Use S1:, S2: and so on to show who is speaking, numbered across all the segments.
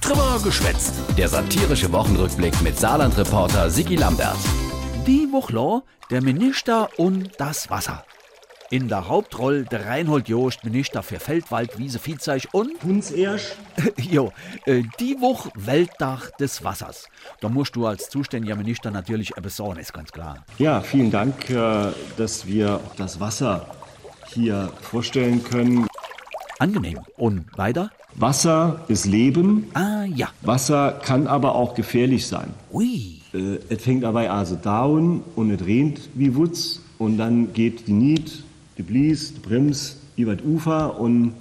S1: Drüber geschwätzt. Der satirische Wochenrückblick mit Saarland-Reporter Sigi Lambert.
S2: Die Woche der Minister und das Wasser. In der Hauptrolle der Reinhold Jost, Minister für Feldwald, Wiese, Viehzeug und
S3: Uns erst.
S2: Jo, äh, die Woche Weltdach des Wassers. Da musst du als zuständiger Minister natürlich etwas sagen, ist ganz klar.
S3: Ja, vielen Dank, äh, dass wir auch das Wasser hier vorstellen können.
S2: Angenehm. Und weiter?
S3: Wasser ist Leben.
S2: Ah ja,
S3: Wasser kann aber auch gefährlich sein.
S2: ui.
S3: Äh, es fängt dabei also down und es rennt wie Wutz und dann geht die Niet, die Blies, die Brems über das Ufer und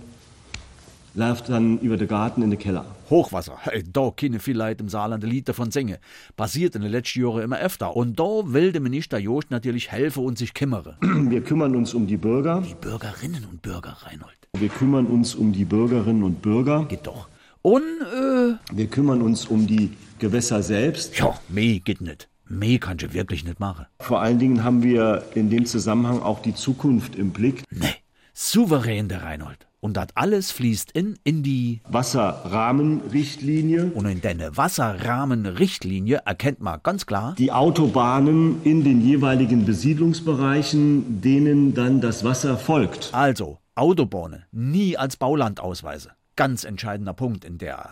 S3: läuft dann über den Garten in den Keller.
S2: Hochwasser, hey, da können viele Leute im Saarland ein Lied davon singen. Passiert in den letzten Jahren immer öfter. Und da will der Minister Jost natürlich helfen und sich kümmere.
S3: Wir kümmern uns um die Bürger,
S2: Die Bürgerinnen und Bürger, Reinhold.
S3: wir kümmern uns um die Bürgerinnen und Bürger,
S2: Geht doch. Und, äh,
S3: wir kümmern uns um die Gewässer selbst.
S2: ja, meh geht nicht. Meh kannst du wirklich nicht machen.
S3: Vor allen Dingen haben wir in dem Zusammenhang auch die Zukunft im Blick.
S2: Nee, souverän der Reinhold. Und das alles fließt in, in die
S3: Wasserrahmenrichtlinie,
S2: Und in deine Wasserrahmenrichtlinie erkennt man ganz klar,
S3: die Autobahnen in den jeweiligen Besiedlungsbereichen, denen dann das Wasser folgt.
S2: also Autobahnen nie als Bauland ausweise. Ganz entscheidender Punkt in der.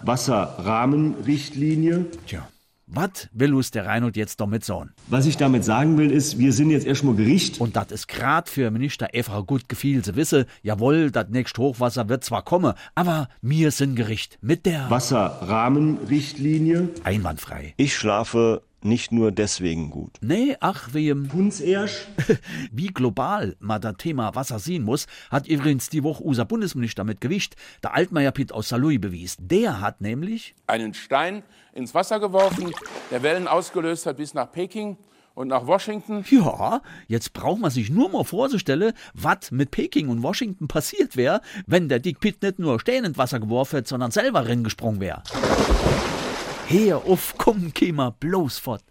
S3: Wasserrahmenrichtlinie.
S2: Tja, was will uns der Reinhold jetzt damit sagen?
S3: Was ich damit sagen will, ist, wir sind jetzt erstmal Gericht.
S2: Und das ist grad für Minister Efra gut gefiel. Sie wisse, jawohl, das nächste Hochwasser wird zwar kommen, aber mir sind Gericht mit der
S3: Wasserrahmenrichtlinie.
S2: einwandfrei.
S3: Ich schlafe nicht nur deswegen gut.
S2: Nee, ach, wem.
S3: Uns erst.
S2: Wie global man das Thema Wasser sehen muss, hat übrigens die Woche unser Bundesminister mit Gewicht, der Altmaier Pitt aus Saarlouis, bewiesen. Der hat nämlich
S4: einen Stein ins Wasser geworfen, der Wellen ausgelöst hat bis nach Peking und nach Washington.
S2: Ja, jetzt braucht man sich nur mal vorzustellen, was mit Peking und Washington passiert wäre, wenn der Dick Pitt nicht nur stehend ins Wasser geworfen hätte, sondern selber reingesprungen wäre. Her auf, komm, Kima, bloß fort.